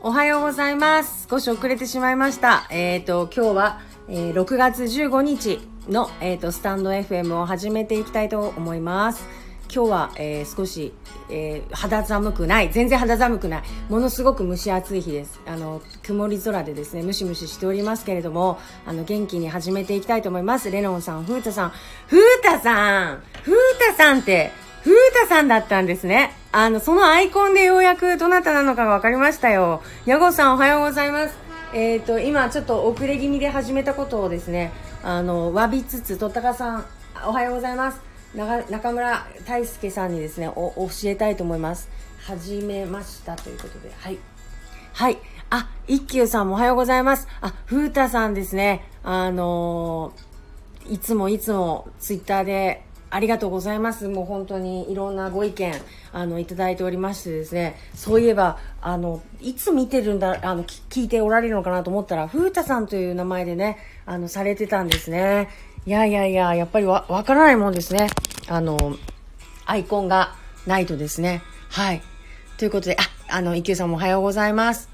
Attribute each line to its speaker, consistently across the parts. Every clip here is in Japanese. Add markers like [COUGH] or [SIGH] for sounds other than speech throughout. Speaker 1: おはようございます。少し遅れてしまいました。えっ、と、今日は、えー6月15日の、えー、とスタンド FM を始めていきたいと思います。今日は、えー少し、えー肌寒くない。全然肌寒くない。ものすごく蒸し暑い日です。あの、曇り空でですね、ムシムシしておりますけれども、あの、元気に始めていきたいと思います。レノンさん、フータさん。フータさんフータさんって、ふうたさんだったんですね。あの、そのアイコンでようやくどなたなのかが分かりましたよ。ヤゴさんおはようございます。えっ、と、今ちょっと遅れ気味で始めたことをですね、あの、詫びつつ、とったかさん、おはようございます。な中村大輔さんにですね、お教えたいと思います。始めましたということで、はい。はい。あ、一休さんもおはようございます。あ、ふうたさんですね。あのーいつもいつもツイッターでありがとうございます。もう本当にいろんなご意見、あの、いただいておりましてですね。そういえば、あの、いつ見てるんだ、あの、き聞いておられるのかなと思ったら、ふうたさんという名前でね、あの、されてたんですね。いやいやいや、やっぱりわ、わからないもんですね。あの、アイコンがないとですね。はい。ということで、あ、あの、一休さんもおはようございます。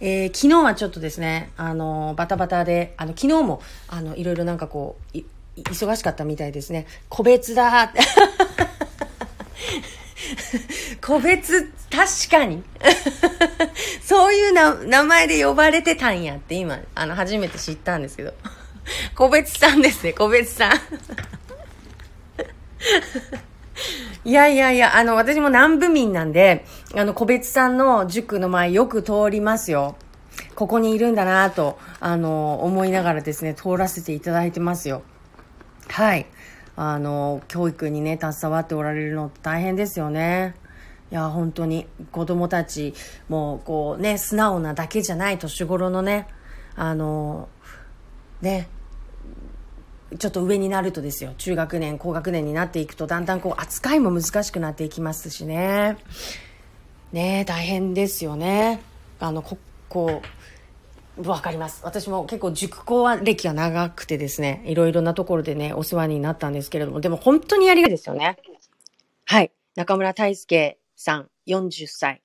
Speaker 1: えー昨日はちょっとですね、あの、バタバタで、あの、昨日も、あの、いろいろなんかこう、いい忙しかったみたいですね。個別だ [LAUGHS] って。個別、確かに。 [LAUGHS] そういうな名前で呼ばれてたんやって今、あの、初めて知ったんですけど。 [LAUGHS] 個別さんですね、個別さん。 [LAUGHS] いやいやいや、あの、私も南部民なんで、あの、個別さんの塾の前よく通りますよ。ここにいるんだなぁと、あの、思いながらですね、通らせていただいてますよ。はい。あの、教育にね、携わっておられるのって大変ですよね。いや、本当に、子供たちも、こうね、素直なだけじゃない年頃のね、あの、ね、ちょっと上になるとですよ中学年高学年になっていくとだんだんこう扱いも難しくなっていきますしねねえ大変ですよねあのここうわかります私も結構塾講は歴が長くてですねいろいろなところでねお世話になったんですけれどもでも本当にやりがいですよねはい中村大輔さん40歳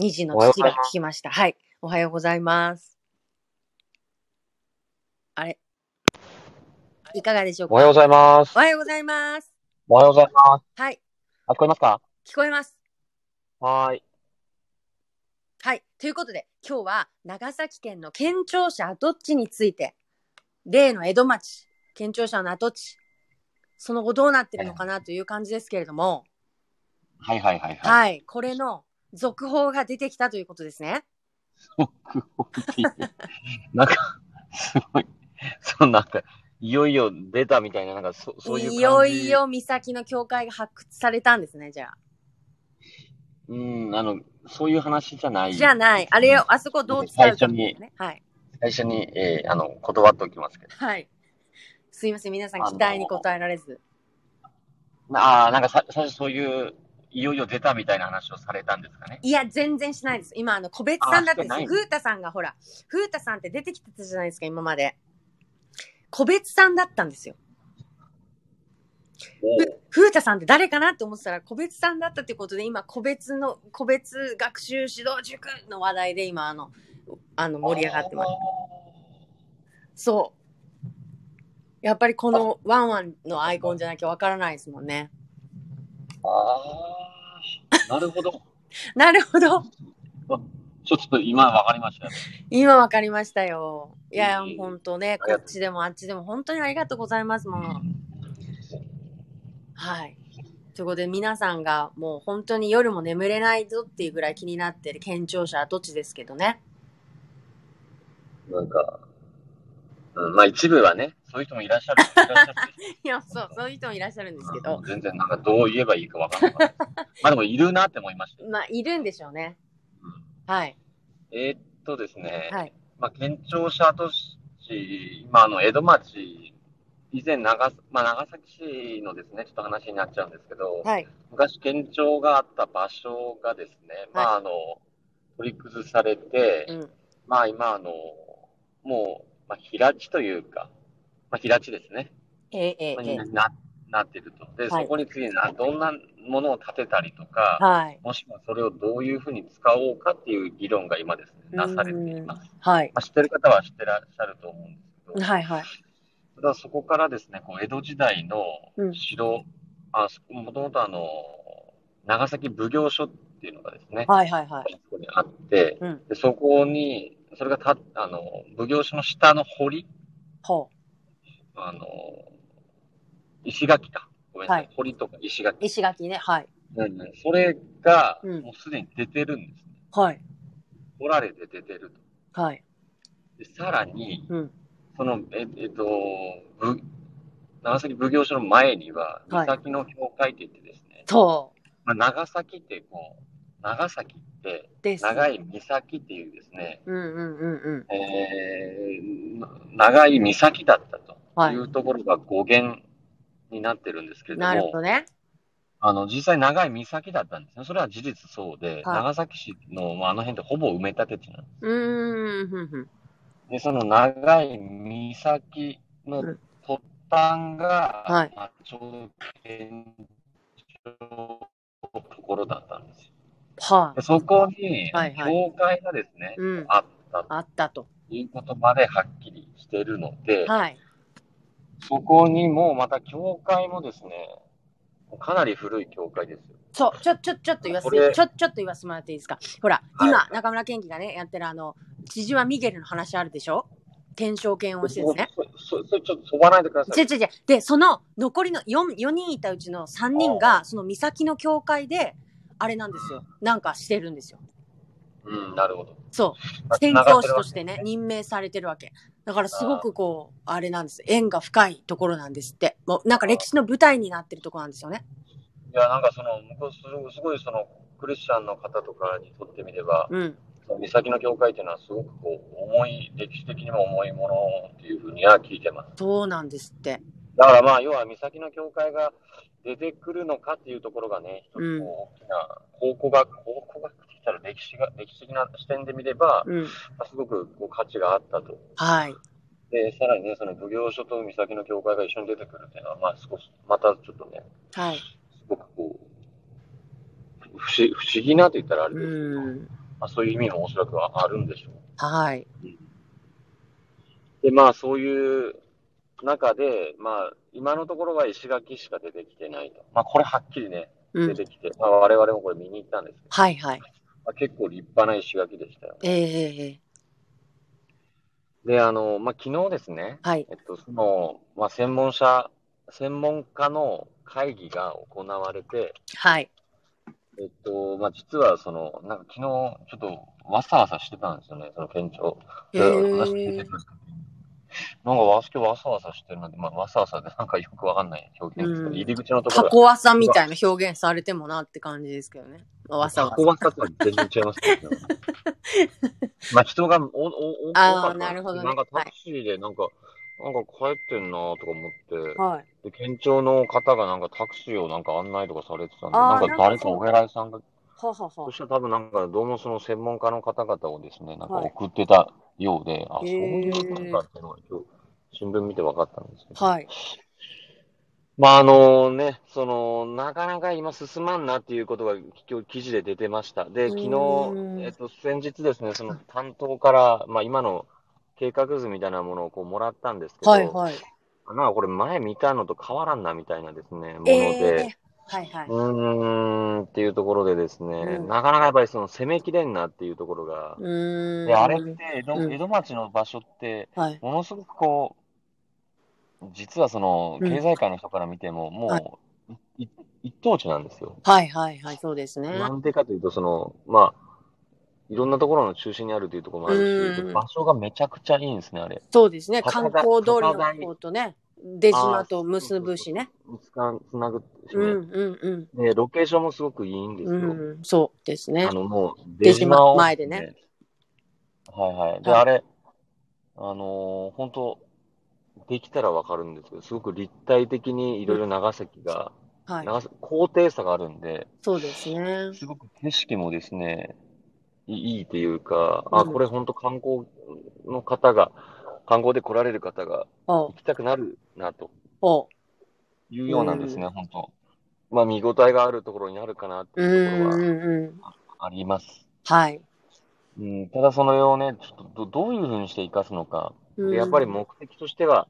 Speaker 1: 2児の父が聞きましたはいおはようございますあれいかがでしょうか
Speaker 2: おはようございます
Speaker 1: お。はようございます。
Speaker 2: おはようございます。
Speaker 1: はい、
Speaker 2: あ、聞こえますか
Speaker 1: 聞こえます。
Speaker 2: はーい。
Speaker 1: はい、ということで、今日は長崎県の県庁舎跡地について、例の江戸町、県庁舎の跡地、その後どうなってるのかなという感じですけれども、
Speaker 2: はいはいはいはい。
Speaker 1: はい、これの続報が出てきたということですね。
Speaker 2: なんか、すごい。そうなんか、いよいよ出たみたいな、なんか、そ [LAUGHS] そういう感じ。
Speaker 1: いよい。よ岬の教会が発掘されたんですね、じゃあ。
Speaker 2: うん、あの、そういう話じゃない。
Speaker 1: じゃあない、あれを、あそこどう使うか
Speaker 2: 最初
Speaker 1: みた
Speaker 2: に
Speaker 1: いなね。はい、
Speaker 2: 最初に、えー、あの、断っておきますけど。
Speaker 1: はい。すいません、皆さん
Speaker 2: あの
Speaker 1: 期待に応えられず。
Speaker 2: ああ、なんかさ、最初そういう、いよいよ出たみたいな話をされたんですかね。
Speaker 1: いや、全然しないです。今、あの、個別さんだってです
Speaker 2: あしてない
Speaker 1: よ、
Speaker 2: の
Speaker 1: ふうたさんがほら、ふうたさんって出てきてたじゃないですか、今まで。個別さんだったんですよ。
Speaker 2: おー
Speaker 1: ふうたさんって誰かなって思ってたら、個別さんだったってことで、今、個別の、個別学習指導塾の話題で、今、あの、あの、盛り上がってます。そう。やっぱりこのワンワンのアイコンじゃなきゃわからないですもんね。
Speaker 2: あーなるほど。
Speaker 1: なるほど。
Speaker 2: ちょっと今わかりましたよ。
Speaker 1: 今わかりましたよ。いや、
Speaker 2: うん
Speaker 1: 本当ね、こっちでもあっちでも本当にありがとうございますもん。はい。ということで、皆さんがもう本当に夜も眠れないぞっていうぐらい気になってる県庁舎跡地ですけどね。
Speaker 2: なんか、うん、まあ一部はね、そういう人もいらっ
Speaker 1: [LAUGHS]
Speaker 2: しゃる。いらっしゃる
Speaker 1: [LAUGHS] いや、そう、そういう人もいらっしゃるんですけど、
Speaker 2: 全然なんかどう言えばいいかわかんな
Speaker 1: [LAUGHS]
Speaker 2: かった。まあでもいるなって思いましたよ。
Speaker 1: まあ、いるんでしょうね。はい。
Speaker 2: えーっとですね、
Speaker 1: はい。
Speaker 2: まあ県庁舎跡地、今あの江戸町、以前長,、まあ、長崎市のですね、ちょっと話になっちゃうんですけど、
Speaker 1: はい。
Speaker 2: 昔県庁があった場所がですね、まああの、取り崩されて、
Speaker 1: うん。
Speaker 2: まあ今あの、もう、まあ平地というか、まあ平地ですね。
Speaker 1: ええええ
Speaker 2: まあ
Speaker 1: ええ
Speaker 2: になっなってると。で、
Speaker 1: はい
Speaker 2: そこに次な、どんなものを建てたりとか、
Speaker 1: はい。
Speaker 2: もしくはそれをどういうふうに使おうかっていう議論が今ですね、なされています。
Speaker 1: はい。
Speaker 2: まあ、知ってる方は知ってらっしゃると思うんですけど、
Speaker 1: はい、はい。
Speaker 2: ただそこからですね、こう江戸時代の
Speaker 1: うん
Speaker 2: 城、あそもともとあの、長崎奉行所っていうのがですね、
Speaker 1: はい、はい、はい。
Speaker 2: そこにあって、
Speaker 1: うん。
Speaker 2: でそこに、それがた、あの、奉行所の下の堀、
Speaker 1: ほう。
Speaker 2: あの、石垣か。ごめんなさい。
Speaker 1: はい
Speaker 2: 堀とか石垣。
Speaker 1: 石垣ね。はい。
Speaker 2: うんうんそれが、
Speaker 1: うん
Speaker 2: もうすでに出てるんですね。
Speaker 1: はい。
Speaker 2: 掘られて出てると。
Speaker 1: はい。
Speaker 2: でさらに、
Speaker 1: うん。
Speaker 2: その、ええっと、ぶ長崎奉行所の前には、
Speaker 1: は
Speaker 2: 三
Speaker 1: い
Speaker 2: 崎の教会って言ってですね、
Speaker 1: そ
Speaker 2: まあ、長崎ってこう、長崎って
Speaker 1: う。、です。
Speaker 2: 長い岬っていうですね、
Speaker 1: うんうんうんうん。
Speaker 2: えーな長い岬だった
Speaker 1: は
Speaker 2: と
Speaker 1: い
Speaker 2: いうところが語源になってるんですけれども、
Speaker 1: なるほどね。
Speaker 2: あの実際長い岬だったんですね。それは事実そうで、
Speaker 1: はい
Speaker 2: 長崎市の、まあ、あの辺ってほぼ埋め立て地なんで
Speaker 1: うーんふんふん。
Speaker 2: す。で、その長い岬の
Speaker 1: うん
Speaker 2: 突端が、
Speaker 1: はい
Speaker 2: まあ、ちょうど県庁のところだったんですよ。
Speaker 1: は
Speaker 2: でそこに、
Speaker 1: はいはい
Speaker 2: 教会がですね、
Speaker 1: い。うん。
Speaker 2: あったと
Speaker 1: あったと。
Speaker 2: いうことまではっきりしてるので、
Speaker 1: はい。
Speaker 2: そこにもまた教会もですね、かなり古い教会ですよ。
Speaker 1: そう、ちょ、ちょ、ちょっと言わせ
Speaker 2: これ
Speaker 1: て、ちょ、ちょっと言わせてもらっていいですか。ほら、
Speaker 2: はい
Speaker 1: 今、中村健輝がね、やってるあの、千々和ミゲルの話あるでしょ検証犬をしてですね。
Speaker 2: そそそれちょっと飛ばないでくださ
Speaker 1: 違う
Speaker 2: い。
Speaker 1: 違う違う。で、その残りの 4, 4人いたうちの3人が、その岬の教会で、あれなんですよ。なんかしてるんですよ。
Speaker 2: うん、なるほど。
Speaker 1: そう。宣教師としてね、任命されてるわけ。だからすごくこう、あれなんです。縁が深いところなんですって。もうなんか歴史の舞台になってるところなんですよね。
Speaker 2: いや、なんかその、向こうすごい、すごいその、クリスチャンの方とかにとってみれば、
Speaker 1: うん。
Speaker 2: その岬の教会っていうのはすごくこう、重い、歴史的にも重いものっていうふうには聞いてます。
Speaker 1: そうなんですって。
Speaker 2: だからまあ、要は岬の教会が出てくるのかっていうところがね、一つこう
Speaker 1: うん
Speaker 2: 大きな考古学、考古学って言ったら歴史が、歴史的な視点で見れば、
Speaker 1: うん。
Speaker 2: まあすごくこう価値があったと。
Speaker 1: はい。
Speaker 2: で、さらにね、その奉行所と岬の教会が一緒に出てくるっていうのは、まあ少し、またちょっとね、
Speaker 1: はい。
Speaker 2: すごくこう、不思不思議なと言ったらあれですけど、
Speaker 1: うん。
Speaker 2: まあ、そういう意味もおそらくはあるんでしょう。
Speaker 1: はい。
Speaker 2: で、まあそういう中で、まあ今のところは石垣しか出てきてないと。まあこれはっきりね、
Speaker 1: う
Speaker 2: 出
Speaker 1: ん。
Speaker 2: てきて、まあ我々もこれ見に行ったんですけど、
Speaker 1: はいはい。
Speaker 2: まあ、結構立派な石垣でしたよ。
Speaker 1: ええええええ
Speaker 2: で、あの、まあ昨日ですね、
Speaker 1: はい。
Speaker 2: えっと、その、まあ専門者、専門家の会議が行われて、
Speaker 1: はい。
Speaker 2: えっと、まあ、実は、その、なんか昨日、ちょっと、わさわさしてたんですよね、その県庁。
Speaker 1: え
Speaker 2: で話聞いて
Speaker 1: ー
Speaker 2: くるなんか、わ今日わさわさしてるなんて、まあ、わさわさで [LAUGHS] なんかよくわかんない表現ですけど、
Speaker 1: うん
Speaker 2: 入り口のとこ
Speaker 1: タ
Speaker 2: ろ
Speaker 1: コワサみたいな表現されてもなって感じですけどね。まあわさわ
Speaker 2: タコ
Speaker 1: さ。
Speaker 2: わさとは全然違います
Speaker 1: [LAUGHS]
Speaker 2: けど。まあ、人がお、お、お、多
Speaker 1: あー
Speaker 2: かった
Speaker 1: なるほどね
Speaker 2: んかタクシーで、なんか、なんか帰ってんなとか思って、
Speaker 1: はい。
Speaker 2: で、県庁の方がなんかタクシーをなんか案内とかされてたんで、
Speaker 1: あー
Speaker 2: なんか
Speaker 1: なん
Speaker 2: 誰
Speaker 1: か
Speaker 2: か
Speaker 1: そう
Speaker 2: お偉いさんが
Speaker 1: ははは
Speaker 2: そし。たら多分なんか、どうもその専門家の方々をですね、なんか
Speaker 1: はい
Speaker 2: 送ってたようで、あ、そう
Speaker 1: へー
Speaker 2: いうことかっていうのが今日、新聞見て分かったんですけど。
Speaker 1: はい。
Speaker 2: まあ、あのね、その、なかなか今進まんなっていうことが今日記事で出てました。で、昨
Speaker 1: う
Speaker 2: 日
Speaker 1: ーん、
Speaker 2: えっと、先日ですね、その担当から、まあ今の計画図みたいなものをこうもらったんですけど、
Speaker 1: はいはい。
Speaker 2: なんかこれ前見たのと変わらんなみたいなですね、も
Speaker 1: え
Speaker 2: ので、。
Speaker 1: えはいはいう
Speaker 2: ーんっていうところでですね、
Speaker 1: うん
Speaker 2: なかなかやっぱりその攻めきれんなっていうところが、
Speaker 1: うーん。
Speaker 2: であれって江戸,、
Speaker 1: うん
Speaker 2: 江戸町の場所って、
Speaker 1: はい。
Speaker 2: ものすごくこう、実はその
Speaker 1: うん
Speaker 2: 経済界の人から見ても、
Speaker 1: は
Speaker 2: もうい、い一等地なんですよ。
Speaker 1: はいはいはい、そうですね。
Speaker 2: なんでかというと、その、まあ、いろんなところの中心にあるというところもあるし、
Speaker 1: うん
Speaker 2: 場所がめちゃくちゃいいんですね、あれ。
Speaker 1: そうですね。観
Speaker 2: 高田
Speaker 1: 光通り
Speaker 2: 高田
Speaker 1: の方とね、出島と結ぶしね。
Speaker 2: つかつなぐし
Speaker 1: う
Speaker 2: ね、
Speaker 1: んうん
Speaker 2: で、ロケーションもすごくいいんです
Speaker 1: う
Speaker 2: よ。
Speaker 1: ん。うん、そうですね
Speaker 2: あ。の、もう、
Speaker 1: 出
Speaker 2: 出
Speaker 1: 島
Speaker 2: 島を、
Speaker 1: 前でね。
Speaker 2: はいはい。で、
Speaker 1: はい
Speaker 2: あれ、あのー本当できたらわかるんですけど、すごく立体的にいろいろ長崎が、
Speaker 1: はい。
Speaker 2: 長崎、高低差があるんで、
Speaker 1: そうですね。
Speaker 2: すごく景色もですね、いいいっていうか、あ、
Speaker 1: うん
Speaker 2: これ本当観光の方が、観光で来られる方が
Speaker 1: お
Speaker 2: 行きたくなるなと。
Speaker 1: お
Speaker 2: いうようなんですね、本当。まあ、見応えがあるところになるかなって
Speaker 1: うん
Speaker 2: いうと
Speaker 1: う
Speaker 2: こ
Speaker 1: ん
Speaker 2: ろ
Speaker 1: うん。
Speaker 2: はあります。
Speaker 1: はい。
Speaker 2: うん、ただ、それをね、ちょっとどどういうふうにして生かすの
Speaker 1: う
Speaker 2: か。
Speaker 1: ん
Speaker 2: でやっぱり目的としては、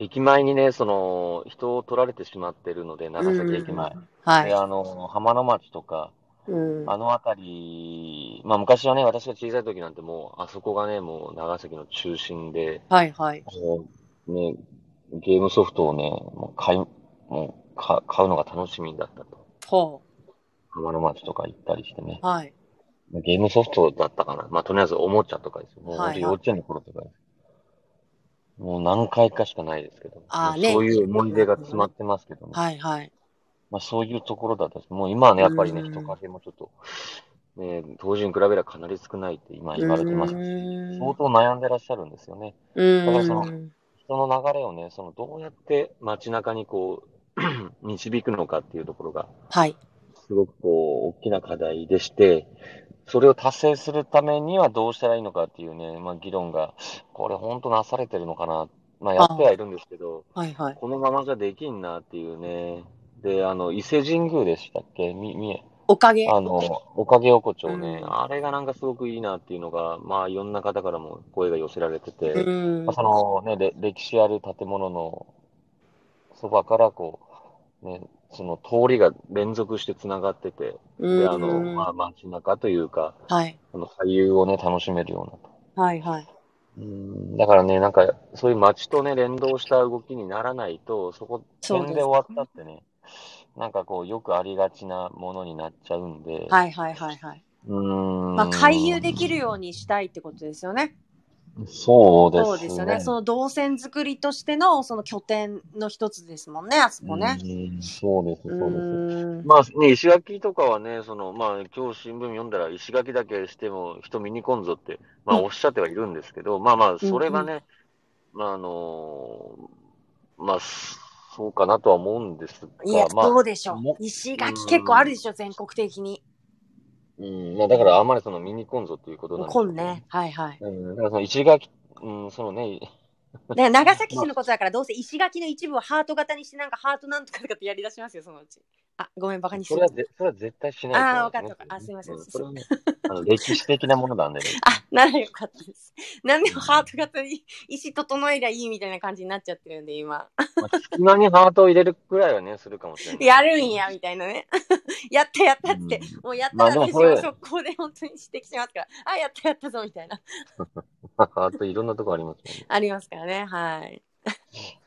Speaker 2: 駅前にね、その、人を取られてしまってるので、長崎駅前。。
Speaker 1: はい
Speaker 2: で、。あの、浜の町とか、
Speaker 1: うん
Speaker 2: あの辺り、まあ昔はね、私が小さい時なんてもう、あそこがね、もう長崎の中心で、
Speaker 1: はいはい。
Speaker 2: もうね、ゲームソフトをね、もう買い、もうか買うのが楽しみだったと。
Speaker 1: ほ
Speaker 2: 浜の町とか行ったりしてね
Speaker 1: う。。はい。
Speaker 2: ゲームソフトだったかな。まあとりあえずおもちゃとかですよ。もう
Speaker 1: はい
Speaker 2: 本当幼稚園の頃とかです。もう何回かしかないですけど。
Speaker 1: あー
Speaker 2: もう
Speaker 1: ね
Speaker 2: そういう思い出が詰まってますけどね。
Speaker 1: はいはい。
Speaker 2: まあそういうところだったし、もう今はね、やっぱりね、
Speaker 1: うん
Speaker 2: 人影もちょっと、ね、当時に比べればかなり少ないって今言われてますし
Speaker 1: うん
Speaker 2: 相当悩んでらっしゃるんですよね。からその
Speaker 1: うん。
Speaker 2: 人の流れをね、そのどうやって街中にこう、 [CLEARS THROAT] 導くのかっていうところが、
Speaker 1: はい。
Speaker 2: すごくこう、大きな課題でして、それを達成するためにはどうしたらいいのかっていうね、まあ議論が、これ本当なされてるのかな。まあやってはいるんですけど、
Speaker 1: はいはい。
Speaker 2: このままじゃできんなっていうね。で、あの、伊勢神宮でしたっけみ、みえ。
Speaker 1: おかげ。
Speaker 2: あの、おかげ横丁ね、
Speaker 1: うん
Speaker 2: あれがなんかすごくいいなっていうのが、まあいろんな方からも声が寄せられてて、
Speaker 1: うん
Speaker 2: まあ、。そのね、れ歴史ある建物のそばからこう、ね、その通りが連続してつながってて、
Speaker 1: うん
Speaker 2: で、あの、まあ街中というか、
Speaker 1: はい。
Speaker 2: あの俳優をね、楽しめるような。
Speaker 1: はいはい。
Speaker 2: うんだからね、なんか、そういう街とね、連動した動きにならないと、そこ、
Speaker 1: そう
Speaker 2: 点
Speaker 1: です
Speaker 2: で終わったってね、なんかこう、よくありがちなものになっちゃうんで、
Speaker 1: はいはいはいはい。
Speaker 2: うーん。
Speaker 1: まあ、回遊できるようにしたいってことですよね。
Speaker 2: そうですね。
Speaker 1: そうですよね。その動線作りとしての、その拠点の一つですもんね、あそこね。
Speaker 2: うんそうです、そううです。
Speaker 1: [LAUGHS] ん。
Speaker 2: まあね、石垣とかはね、そのまあ今日新聞読んだら、石垣だけしても人見に来んぞって、まあ、
Speaker 1: うん
Speaker 2: おっしゃってはいるんですけど、まあまあ、それがね、まああのーまあ、そうかなとは思うんですが、
Speaker 1: いや、
Speaker 2: まあ
Speaker 1: どうでしょ
Speaker 2: も
Speaker 1: う。石垣結構あるでしょ、全国的に。
Speaker 2: うんまあ、だからあんまりその見に来んぞっていうことなんです
Speaker 1: こんね。。はいはい。
Speaker 2: うん、だからその石垣、うん、そのね、
Speaker 1: ね、長崎市のことだから、どうせ石垣の一部をハート型にして、なんかハートなんとかとかってやり出しますよ、そのうち。あ、ごめん、バカにし
Speaker 2: そ
Speaker 1: て
Speaker 2: れ
Speaker 1: た
Speaker 2: は。ぜそれは絶対しないと思うんで
Speaker 1: あーわか
Speaker 2: ね
Speaker 1: ったわかったあすいません
Speaker 2: うそれはね、あの歴史的なものなんでね。
Speaker 1: あ、ならよか [LAUGHS] ったです。なんでもハート型に石整えりゃいいみたいな感じになっちゃってるんで、今。
Speaker 2: まあ、隙間にハートを入れるくらいはね、するかもしれない。
Speaker 1: やるんや、みたいなね。 [LAUGHS] やったやったっつって。
Speaker 2: うん
Speaker 1: もうやったら
Speaker 2: ま
Speaker 1: 私
Speaker 2: あでもそれ
Speaker 1: も速攻で本当に指摘しますから、あ、やったやったぞみたいな、
Speaker 2: あといろんなとこありますよね。
Speaker 1: ありますからね、はい。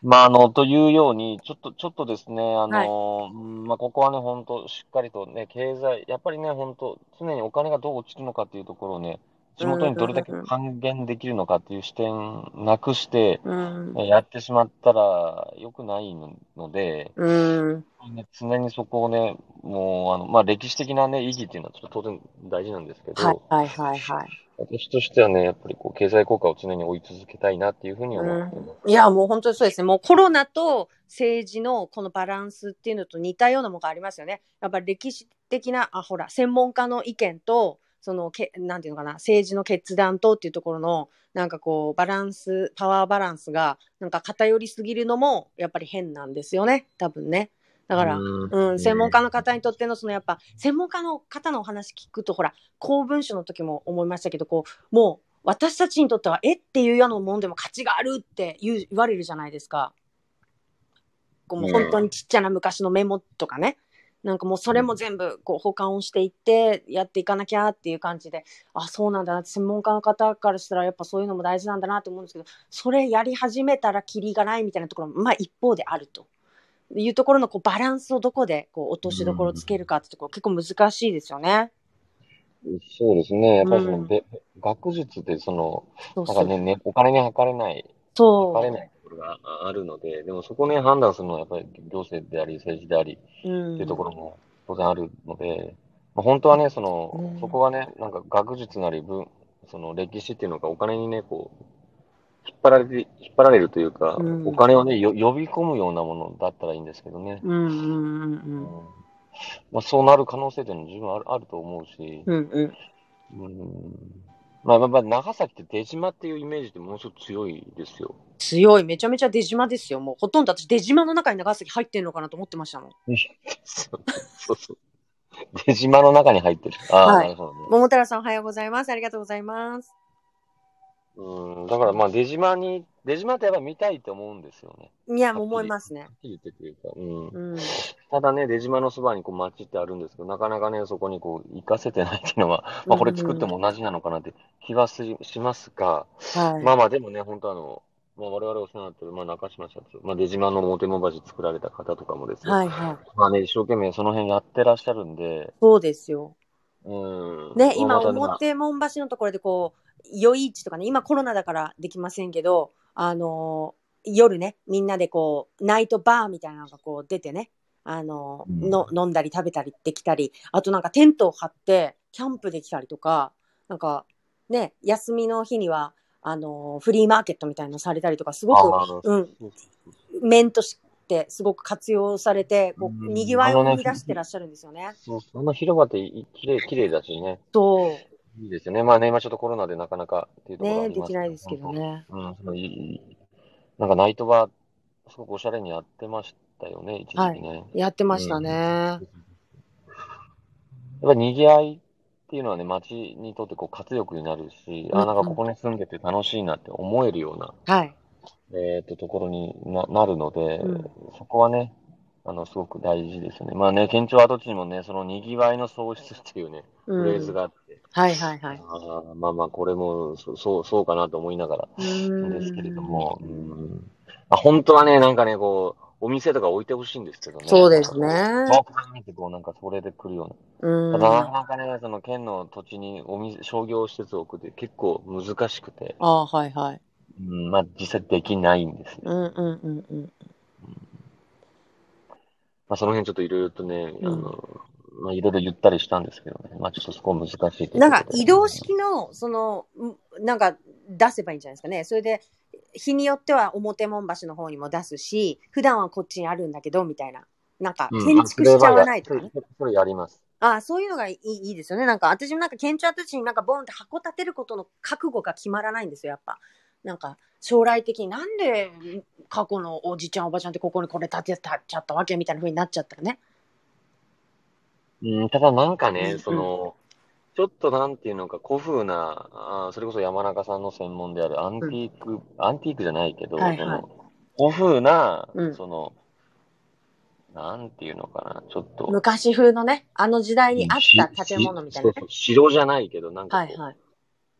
Speaker 2: まあ、あの、というように、ちょっと、ちょっとですね、あの、うんまあ、ここはね、本当しっかりとね、経済、やっぱりね、本当常にお金がどう落ちるのかっていうところをね、地元にどれだけ
Speaker 1: うんうんうん
Speaker 2: 還元できるのかっていう視点なくして、
Speaker 1: うん。
Speaker 2: ねやってしまったら良くないので、
Speaker 1: うん。
Speaker 2: ね常にそこをね、もう、あの、まあ、歴史的なね、意義っていうのはちょっと当然大事なんですけ
Speaker 1: はい
Speaker 2: ど、
Speaker 1: はいはいはい。
Speaker 2: 私としてはね、やっぱりこう、経済効果を常に追い続けたいなっていうふうに思っています。
Speaker 1: いや、もう本当にそうですね。もうコロナと政治のこのバランスっていうのと似たようなものがありますよね。やっぱり歴史的な、あ、ほら、専門家の意見と、そのけ、なんていうのかな、政治の決断とっていうところの、なんかこう、バランス、パワーバランスが、なんか偏りすぎるのも、やっぱり変なんですよね。多分ね。だから、うん、専門家の方にとってのそのやっぱ専門家の方のお話聞くとほら公文書の時も思いましたけどこうもう私たちにとってはえっていうようなもんでも価値があるって言う言われるじゃないですか。こうもう
Speaker 2: うん
Speaker 1: 本当にちっちゃな昔のメモとかねなんかもうそれも全部こう保管をしていってやっていかなきゃっていう感じであそうなんだな専門家の方からしたらやっぱそういうのも大事なんだなと思うんですけどそれやり始めたらキリがないみたいなところもまあ一方であると。いうところのこうバランスをどこでこう落としどころをつけるかってところ結構難しいですよね。
Speaker 2: そうですね。やっぱりその、
Speaker 1: うん
Speaker 2: で学術ってその、
Speaker 1: そう
Speaker 2: なん
Speaker 1: そ
Speaker 2: か
Speaker 1: う。
Speaker 2: ね、ねお金に測れない、
Speaker 1: そ
Speaker 2: 測れないところがああるので、でもそこね、判断するのはやっぱり行政であり、政治であり、
Speaker 1: う。うん。
Speaker 2: っていうところも当然あるので、まあ、本当はね、その、
Speaker 1: うん
Speaker 2: そこはね、なんか学術なり文、その歴史っていうのがお金にね、こう、引っ張られて、引っ張られるというか、
Speaker 1: うん
Speaker 2: お金をねよ、呼び込むようなものだったらいいんですけどね。
Speaker 1: うんうんうんう
Speaker 2: うん
Speaker 1: ん。
Speaker 2: まあ、そうなる可能性っていうのは十分あるあると思うし、
Speaker 1: うんうん。
Speaker 2: うんまあまあまあ、長崎って出島っていうイメージってものすごく強いで
Speaker 1: [LAUGHS]
Speaker 2: すよ。
Speaker 1: 強い、めちゃめちゃ出島ですよ。もうほとんど私、出島の中に長崎入ってんのかなと思ってましたもん。
Speaker 2: そうそう。出島の中に入ってる。ああ、
Speaker 1: はい
Speaker 2: なるほどね。
Speaker 1: 桃太郎さん、おはようございます。ありがとうございます。
Speaker 2: うん、だからまあ出島に、出島ってやっぱ見たいと思うんですよね。
Speaker 1: いや、もう思いますね
Speaker 2: は。っきり言ってというか。うん。
Speaker 1: うん。
Speaker 2: ただね、出島のそばにこう町ってあるんですけど、なかなかね、そこにこう行かせてないっていうのは、まあこれ作っても同じなのかなって気はししますが、
Speaker 1: はい。
Speaker 2: まあまあでもね、本当あの、まあ我々お世話になってる、まあ中島社長、まあ出島のモテモバジ作られた方とかもですね、
Speaker 1: はいはい。
Speaker 2: まあね、一生懸命その辺やってらっしゃるんで、
Speaker 1: そうですよ。
Speaker 2: うん。
Speaker 1: ね、今、
Speaker 2: まあまた
Speaker 1: 表
Speaker 2: ね
Speaker 1: 門橋のところでこう、夜市とかね、今コロナだからできませんけど、あのー夜ね、みんなでこう、ナイトバーみたいなのがこう出てね、あのー
Speaker 2: うん
Speaker 1: の、飲んだり食べたりできたり、あとなんかテントを張って、キャンプできたりとか、なんか、ね、休みの日には、あのーフリーマーケットみたいなのされたりとか、すごく、
Speaker 2: あー
Speaker 1: うん、面として、すごく活用されて、こう、
Speaker 2: うん
Speaker 1: 賑わいを生み出してらっしゃるんですよね。
Speaker 2: そうあの広場ってい綺麗綺麗だしね、
Speaker 1: そう。
Speaker 2: いいですよね。まあね、今ちょっとコロナでなかなかっていうところはあ
Speaker 1: ね、
Speaker 2: り
Speaker 1: で
Speaker 2: ます
Speaker 1: きないですけど。ね。
Speaker 2: うん、そのいいなんかナイトバー、すごくおしゃれにやってましたよね、一時期ね。やっ
Speaker 1: やってましたね。
Speaker 2: ぱり賑わいっていうのはね、街にとってこう活力になるし、
Speaker 1: うんう
Speaker 2: あ、
Speaker 1: ん
Speaker 2: なんかここに住んでて楽しいなって思えるような、
Speaker 1: はい。
Speaker 2: えっと、ところにな、なるので、
Speaker 1: うん
Speaker 2: そこはね、あの、すごく大事ですよね。まあね、県庁跡地にもね、その賑わいの創出っていうね、フレーズがあって、
Speaker 1: はいはいはい。
Speaker 2: ああ、まあまあ、これも、そそう、そうかなと思いながら、ですけれども、うんあ、本当はね、なんかね、こう、お店とか置いてほしいんですけどね。
Speaker 1: そうですね
Speaker 2: なんかこう。そう考えて、こう、なんかそれで来るよ
Speaker 1: うん。
Speaker 2: うな。ただなかなかね、その県の土地にお店、商業施設を置くって結構難しくて、
Speaker 1: あーはいはい。
Speaker 2: うん、まあ実際できないんですよ。
Speaker 1: うんうんうんうん。
Speaker 2: まあその辺ちょっといろいろとね、
Speaker 1: うん
Speaker 2: あの、まあいろいろ言ったりしたんですけどね。まあちょっとそこは難しいということで
Speaker 1: なんか移動式の、その、んなんか出せばいいんじゃないですかね。それで、日によっては表門橋の方にも出すし、普段はこっちにあるんだけど、みたいな。なんか
Speaker 2: うん
Speaker 1: 建築しちゃわないとかね。
Speaker 2: あそれはそれやります。
Speaker 1: ああ、そういうのがいいいいですよね。なんか、私もなんか、県庁跡地になんか、ボンって箱立てることの覚悟が決まらないんですよ、やっぱ。なんか、将来的になんで、過去のおじちゃん、おばちゃんってここにこれ立てたっちゃったわけみたいな風になっちゃったらね。
Speaker 2: うん、ただなんか
Speaker 1: う
Speaker 2: ね
Speaker 1: ん、
Speaker 2: その、ちょっとなんていうのか、古風な、あーそれこそ山中さんの専門であるアンティーク、アンティークじゃないけど、
Speaker 1: はいはい
Speaker 2: その、古風な
Speaker 1: うん、
Speaker 2: その、なんていうのかな、ちょっと、
Speaker 1: 昔風のね、あの時代にあった建物みたいなね。
Speaker 2: ししそうそう城じゃないけど、な
Speaker 1: は
Speaker 2: んかこ、
Speaker 1: いうはい。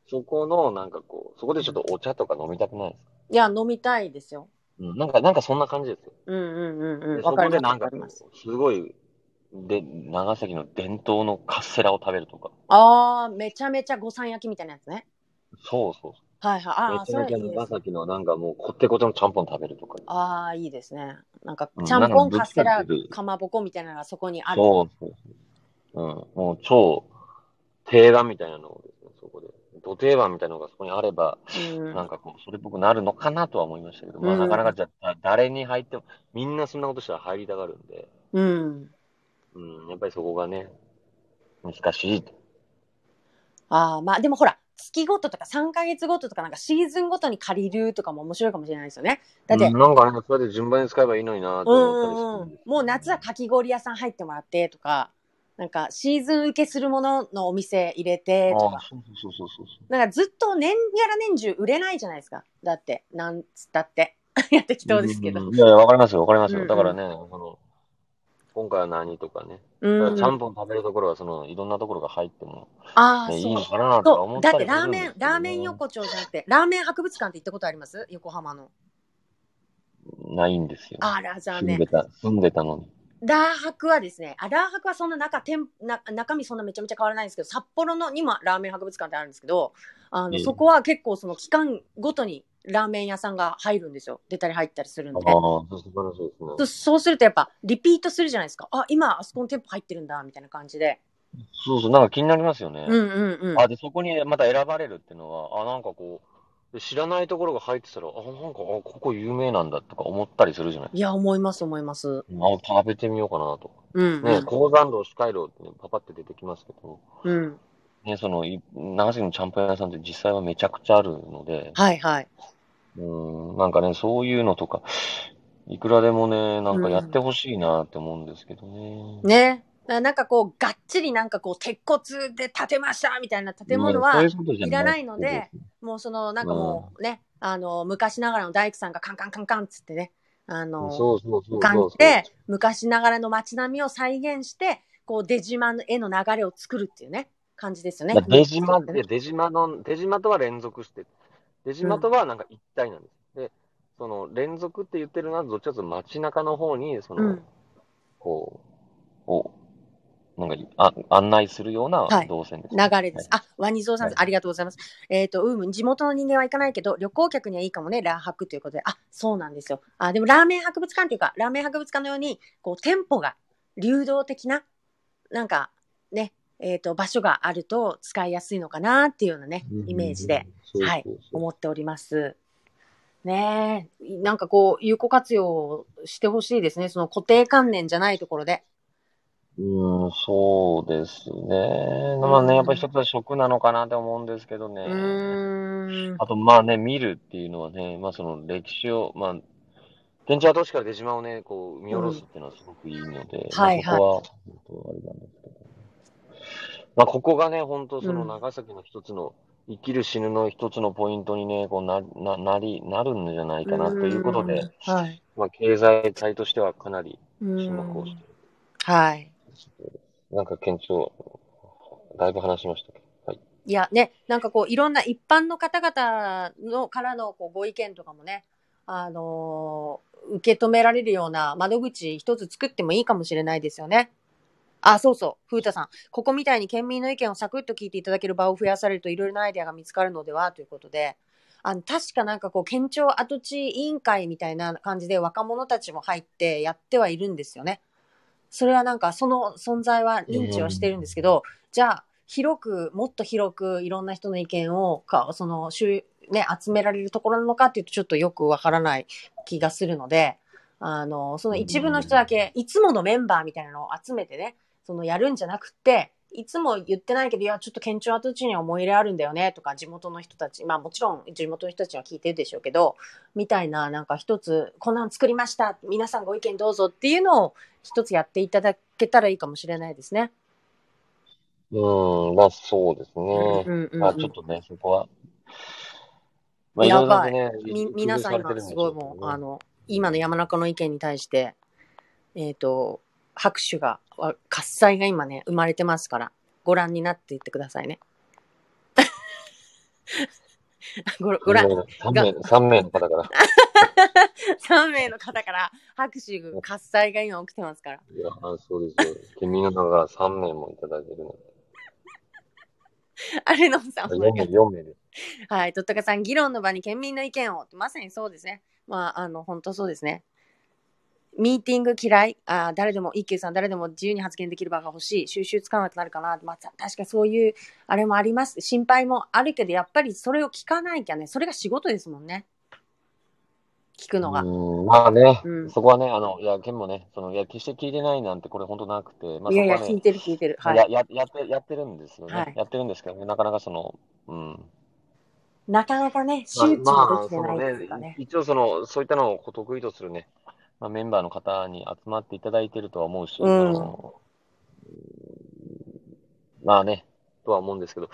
Speaker 2: そこの、なんかこう、そこでちょっとお茶とか飲みたくないですか、
Speaker 1: いや、飲みたいですよ。
Speaker 2: うん、なんか、なんかそんな感じですよ。
Speaker 1: うんうんうんう
Speaker 2: で
Speaker 1: ん。
Speaker 2: そ
Speaker 1: わかりま。
Speaker 2: こですな
Speaker 1: わ
Speaker 2: んか
Speaker 1: か
Speaker 2: こ
Speaker 1: り
Speaker 2: う
Speaker 1: ます。
Speaker 2: すごい、で、長崎の伝統のカステラを食べるとか。
Speaker 1: ああ、めちゃめちゃごさん焼きみたいなやつね。
Speaker 2: そうそう。
Speaker 1: はいはい。ああ、
Speaker 2: めち
Speaker 1: そ
Speaker 2: ゃ
Speaker 1: れい
Speaker 2: めちゃ
Speaker 1: いで
Speaker 2: 長
Speaker 1: すね。
Speaker 2: 崎のなんかもうこってこてのちゃんぽん食べるとか。
Speaker 1: ああ、いいですね。なんか
Speaker 2: う、ん
Speaker 1: ちゃんぽん、
Speaker 2: なんかぶっ
Speaker 1: カステラ
Speaker 2: つけてる、
Speaker 1: かまぼこみたいなのがそこにある。
Speaker 2: そうそうそう。うん。もう超定番みたいなのをですね、そこで。土定番みたいなのがそこにあれば、
Speaker 1: うん
Speaker 2: なんかこう、それっぽくなるのかなとは思いましたけど、ま
Speaker 1: う
Speaker 2: あ
Speaker 1: ん
Speaker 2: なかなかじゃあ、誰に入っても、みんなそんなことしたら入りたがるんで、
Speaker 1: うん。
Speaker 2: うん、やっぱりそこがね、難しいと。
Speaker 1: ああ、まあでもほら、月ごととか3ヶ月ごととかなんかシーズンごとに借りるとかも面白いかもしれないですよね。だって、う
Speaker 2: うんん、なんかね、そうやって順番に使えばいいのになと
Speaker 1: うん
Speaker 2: 思った
Speaker 1: う
Speaker 2: り
Speaker 1: ん
Speaker 2: する。
Speaker 1: もう夏はかき氷屋さん入ってもらってとか、なんかシーズン受けするもののお店入れてと
Speaker 2: ああ
Speaker 1: か、、
Speaker 2: そうそうそうそうそう。
Speaker 1: なんかずっと年やら年中売れないじゃないですか。だって、なんつったって。 [LAUGHS] やってきそうですけど。
Speaker 2: んいやいや、わかりますよ、わかります
Speaker 1: うんう
Speaker 2: よ。
Speaker 1: ん
Speaker 2: だからね、その、今回は何とかね、
Speaker 1: うん。
Speaker 2: ちゃんぽん食べるところは、その、いろんなところが入っても、
Speaker 1: ああ、
Speaker 2: ね、いい
Speaker 1: そう
Speaker 2: の。かなとか
Speaker 1: そ
Speaker 2: 思
Speaker 1: う。
Speaker 2: っ
Speaker 1: だ
Speaker 2: た
Speaker 1: って
Speaker 2: り
Speaker 1: ラ
Speaker 2: す
Speaker 1: ー
Speaker 2: るんで
Speaker 1: メ
Speaker 2: す
Speaker 1: ン
Speaker 2: け、どね
Speaker 1: ラーメン横丁じゃなくて、ラーメン博物館って行ったことあります横浜の。
Speaker 2: ないんですよ。
Speaker 1: ああ、ラー
Speaker 2: 住
Speaker 1: メ
Speaker 2: ん
Speaker 1: ン
Speaker 2: で。た、住んでたのに。
Speaker 1: ラー博はですね、あラー博はそんな中店な中身そんなめちゃめちゃ変わらないんですけど、札幌のにもラーメン博物館ってあるんですけど、あの、
Speaker 2: ええ
Speaker 1: そこは結構その期間ごとにラーメン屋さんが入るんですよ。出たり入ったりするん
Speaker 2: あ
Speaker 1: で
Speaker 2: あ、。そう素晴らしいですね。
Speaker 1: そそうするとやっぱリピートするじゃないですか。あ、今あそこの店舗入ってるんだ、みたいな感じで。
Speaker 2: そうそう、なんか気になりますよね。
Speaker 1: うんうんうん。
Speaker 2: あ、で、そこにまた選ばれるっていうのは、あ、なんかこう、知らないところが入ってたら、あ、なんか、あ、ここ有名なんだとか思ったりするじゃない
Speaker 1: いや、思います思います。
Speaker 2: あ、食べてみようかなと。
Speaker 1: うん、うん。
Speaker 2: ね、高山道、四回路ってね、パパって出てきますけど、
Speaker 1: うん。
Speaker 2: ね、その、い長崎のちゃんぽん屋さんって実際はめちゃくちゃあるので、
Speaker 1: はいはい。
Speaker 2: うん、なんかね、そういうのとか、いくらでもね、なんかやってほしいなって思うんですけどね。
Speaker 1: ね。だからなんかこう、がっちりなんかこう、鉄骨で建てましたみたいな建物は、いらないのでもうその、なんかもうね、あの、昔ながらの大工さんがカンカンカンカンっつってね、あ
Speaker 2: そう
Speaker 1: の、
Speaker 2: そうそうそう
Speaker 1: 感
Speaker 2: そう
Speaker 1: じて、昔ながらの街並みを再現して、こう、出島の絵の流れを作るっていうね、感じですよね。
Speaker 2: まあ出島
Speaker 1: って
Speaker 2: で、出島の、出島とは連続して、出島とはなんか一体なんです。で、その連続って言ってるのは、どっちかというと街中の方に、そうの、
Speaker 1: ん。
Speaker 2: こう、を、なんかいあ案内するような
Speaker 1: はい
Speaker 2: 動線ですね、
Speaker 1: 流れです。あ、ワニゾウさんです。
Speaker 2: は
Speaker 1: ありがとうございます。えっ、と、うーむん、地元の人間は行かないけど、旅行客にはいいかもね、ラー博ということで。あ、そうなんですよ。あ、でもラーメン博物館というか、ラーメン博物館のように、こう、店舗が流動的な、なんか、ね、えっ、と、場所があると使いやすいのかなっていうようなね
Speaker 2: うんうんう、ん
Speaker 1: イメージで。
Speaker 2: そうそうそう
Speaker 1: はい思っております。ねえ、なんかこう、有効活用してほしいですね。その固定観念じゃないところで。
Speaker 2: うん、そうですね。まあ
Speaker 1: うん
Speaker 2: ね、やっぱり一つは食なのかなって思うんですけどね
Speaker 1: う。ーん。
Speaker 2: あと、まあね、見るっていうのはね、まあその歴史を、まあ、現地跡地から出島をね、こう見下ろすっていうのはすごくいいので、まあ
Speaker 1: はいはい
Speaker 2: そこは、本当あれなんですけど。まあここがね、本当その
Speaker 1: うん
Speaker 2: 長崎の一つの、生きる死ぬの一つのポイントにね、こうな、な、なり、なるんじゃないかなということで、
Speaker 1: うん。はい。
Speaker 2: まあ経済体としてはかなり
Speaker 1: う
Speaker 2: 注目をして
Speaker 1: ん。はい。
Speaker 2: なんか県庁、だいぶ話しましたけど。はい。
Speaker 1: いやね、なんかこういろんな一般の方々のからのこうご意見とかもね、あのー受け止められるような窓口一つ作ってもいいかもしれないですよね。あ、そうそう、風太さん。ここみたいに県民の意見をサクッと聞いていただける場を増やされるといろいろなアイデアが見つかるのではということで、あの、確かなんかこう、県庁跡地委員会みたいな感じで若者たちも入ってやってはいるんですよね。それはなんかその存在は認知はしてるんですけど、じゃあ広くもっと広くいろんな人の意見をかその集,、ね、集められるところなのかっていうとちょっとよくわからない気がするのであのその一部の人だけいつものメンバーみたいなのを集めてねそのやるんじゃなくっていつも言ってないけど、いや、ちょっと県庁跡地には思い入れあるんだよね、とか、地元の人たち、まあもちろん地元の人たちは聞いてるでしょうけど、みたいな、なんか一つ、こんなの作りました、皆さんご意見どうぞっていうのを一つやっていただけたらいいかもしれないですね。
Speaker 2: うん、まあそうです
Speaker 1: う
Speaker 2: ね。
Speaker 1: んうん
Speaker 2: まあちょっとね、そこは。ま
Speaker 1: やばい
Speaker 2: ろろ
Speaker 1: み
Speaker 2: ね
Speaker 1: 皆さん
Speaker 2: 工夫
Speaker 1: 今
Speaker 2: されてる
Speaker 1: す
Speaker 2: でし
Speaker 1: ご
Speaker 2: ょ
Speaker 1: いう
Speaker 2: けど
Speaker 1: もう、
Speaker 2: ね
Speaker 1: あの、今の山中の意見に対して、えっ、と、拍手が、わ喝采が今ね、生まれてますから、ご覧になっていってくださいね。 [LAUGHS] ごご覧、
Speaker 2: 3名、三名の方
Speaker 1: [LAUGHS]
Speaker 2: から。
Speaker 1: 3名の方から拍手、喝采が今起きてますから。
Speaker 2: いや、そうですよ。君の中から3名もいただけるの。
Speaker 1: あれのさん、
Speaker 2: 4名、4名です。
Speaker 1: はい、とっとかさん、議論の場に県民の意見を。まさにそうですね。まあ、あの、本当そうですね。ミーティング嫌い。あー誰でも、一休さん、誰でも自由に発言できる場が欲しい。収集つかなくなるかな。まあ、た確かにそういう、あれもあります。心配もあるけど、やっぱりそれを聞かないきゃね、それが仕事ですもんね。聞くのが。
Speaker 2: うん、まあね、
Speaker 1: うん
Speaker 2: そこはね、あの、いや、県もね、その、いや、決して聞いてないなんて、これ本当なくて、まあ
Speaker 1: い
Speaker 2: そ
Speaker 1: やい
Speaker 2: こ
Speaker 1: や、
Speaker 2: は
Speaker 1: 聞い
Speaker 2: ね、
Speaker 1: てる聞いてる。は
Speaker 2: や
Speaker 1: い。
Speaker 2: ややって、やってるんですよね。
Speaker 1: はい
Speaker 2: やってるんですけど、なかなかその、うん、
Speaker 1: なかなかね、
Speaker 2: まあ
Speaker 1: 周知もできてない
Speaker 2: まあ
Speaker 1: で
Speaker 2: そ
Speaker 1: すか
Speaker 2: の
Speaker 1: ね。
Speaker 2: 一応その、そういったのをこう得意とするね、まあ、メンバーの方に集まっていただいてるとは思うし、
Speaker 1: うん
Speaker 2: そのうんまあね、とは思うんですけど、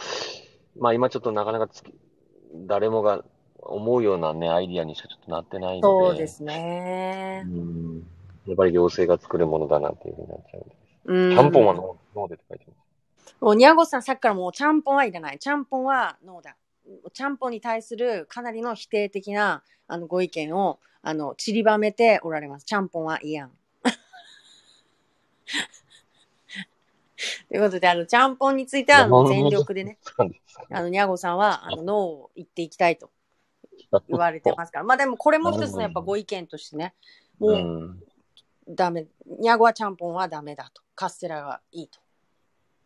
Speaker 2: まあ今ちょっとなかなかつき誰もが思うようなね、アイディアにしかちょっとなってないので、
Speaker 1: そうです
Speaker 2: う
Speaker 1: ね。
Speaker 2: んやっぱり行政が作るものだなっていうふうになっちゃうんで。
Speaker 1: うん。
Speaker 2: ちゃんぽんはノーノーでって書いてます。
Speaker 1: もう、ニャゴさん、さっきからもう、ちゃんぽんはいらない。ちゃんぽんはノーだ。ちゃんぽんに対するかなりの否定的なあのご意見をあの散りばめておられます。ちゃんぽんはいやん。ということで、あの、ちゃんぽんについては、あの全力でね、
Speaker 2: そうなんですか
Speaker 1: あの、にゃごさんは、あの、ノーを言っていきたいと言われてますから。まあでも、これも一つのやっぱご意見としてね、もう、
Speaker 2: [LAUGHS] うん
Speaker 1: ダメ。にゃごはちゃんぽんはダメだと。カステラがいいと。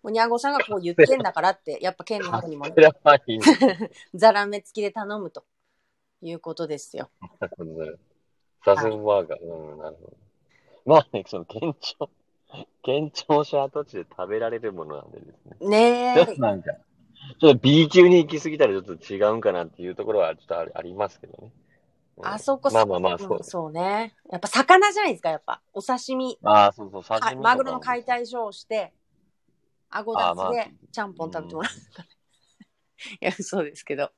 Speaker 1: もうにゃごさんがこう言ってんだから
Speaker 2: [LAUGHS]
Speaker 1: って、やっぱ県の方にもね
Speaker 2: そ、れはいいんですけ
Speaker 1: ざらめ付きで頼むということですよ。
Speaker 2: どサズンバーガー。うん、なるほど。まあね、その、県庁、県庁舎跡地で食べられるものなんでですね。
Speaker 1: ねえ
Speaker 2: でも。なんか、ちょっと B 級に行き過ぎたらちょっと違うんかなっていうところはちょっとありありますけどね。うん
Speaker 1: あそこ、
Speaker 2: まあまあまあ、そう
Speaker 1: うん。そうね。やっぱ魚じゃないですか、やっぱ。お刺身。
Speaker 2: ああ、そうそう、刺
Speaker 1: は
Speaker 2: 身とか
Speaker 1: い、
Speaker 2: も
Speaker 1: マグロの解体ショーをして、あごだ
Speaker 2: あまあ
Speaker 1: つでちゃんぽん食べてもらうとかね。 [LAUGHS] いや、そうですけど。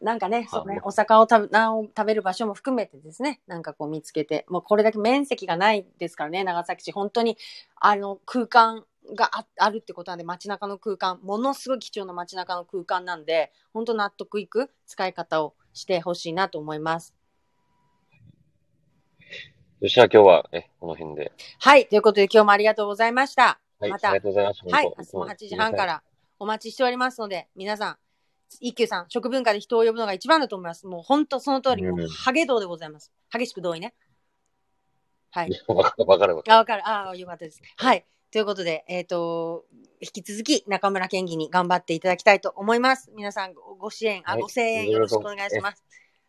Speaker 1: なんかね、そうね
Speaker 2: ま、あ
Speaker 1: お魚を食べなお食べる場所も含めてですね、なんかこう見つけて、もうこれだけ面積がないですからね、長崎市、本当にあの空間がああるってことなんで、街中の空間、ものすごい貴重な街中の空間なんで、本当納得いく使い方をしてほしいなと思います。
Speaker 2: そしたら今日は、え、この辺で。
Speaker 1: はい、ということで今日もありがとうございました。
Speaker 2: はい、
Speaker 1: また
Speaker 2: ありがとうございます。
Speaker 1: はい、明
Speaker 2: 本
Speaker 1: 日
Speaker 2: 当
Speaker 1: も8時半か。らお待ちしておりますので、皆さん、一休さん、食文化で人を呼ぶのが一番だと思います。もう本当その通り、も
Speaker 2: う
Speaker 1: うんハゲ道でございます。激しく同意ね。はい
Speaker 2: い。や [LAUGHS] わかるわかるわか
Speaker 1: あ、わかる。ああ、よかったです。はい。ということで、えっ、と、引き続き中村県議に頑張っていただきたいと思います。皆さんごご支援、あ、
Speaker 2: はい
Speaker 1: ご声援よろしくお願いします。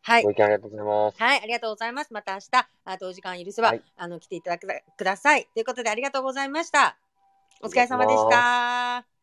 Speaker 1: は
Speaker 2: る。
Speaker 1: い
Speaker 2: ご。意見ありがとうございます。
Speaker 1: はい、ありがとうございます。また明日、あとお時間許せば、
Speaker 2: はい
Speaker 1: あの、来ていただくだください。ということで、ありがとうございました。お疲れ様でし
Speaker 2: ありがとうござい
Speaker 1: た。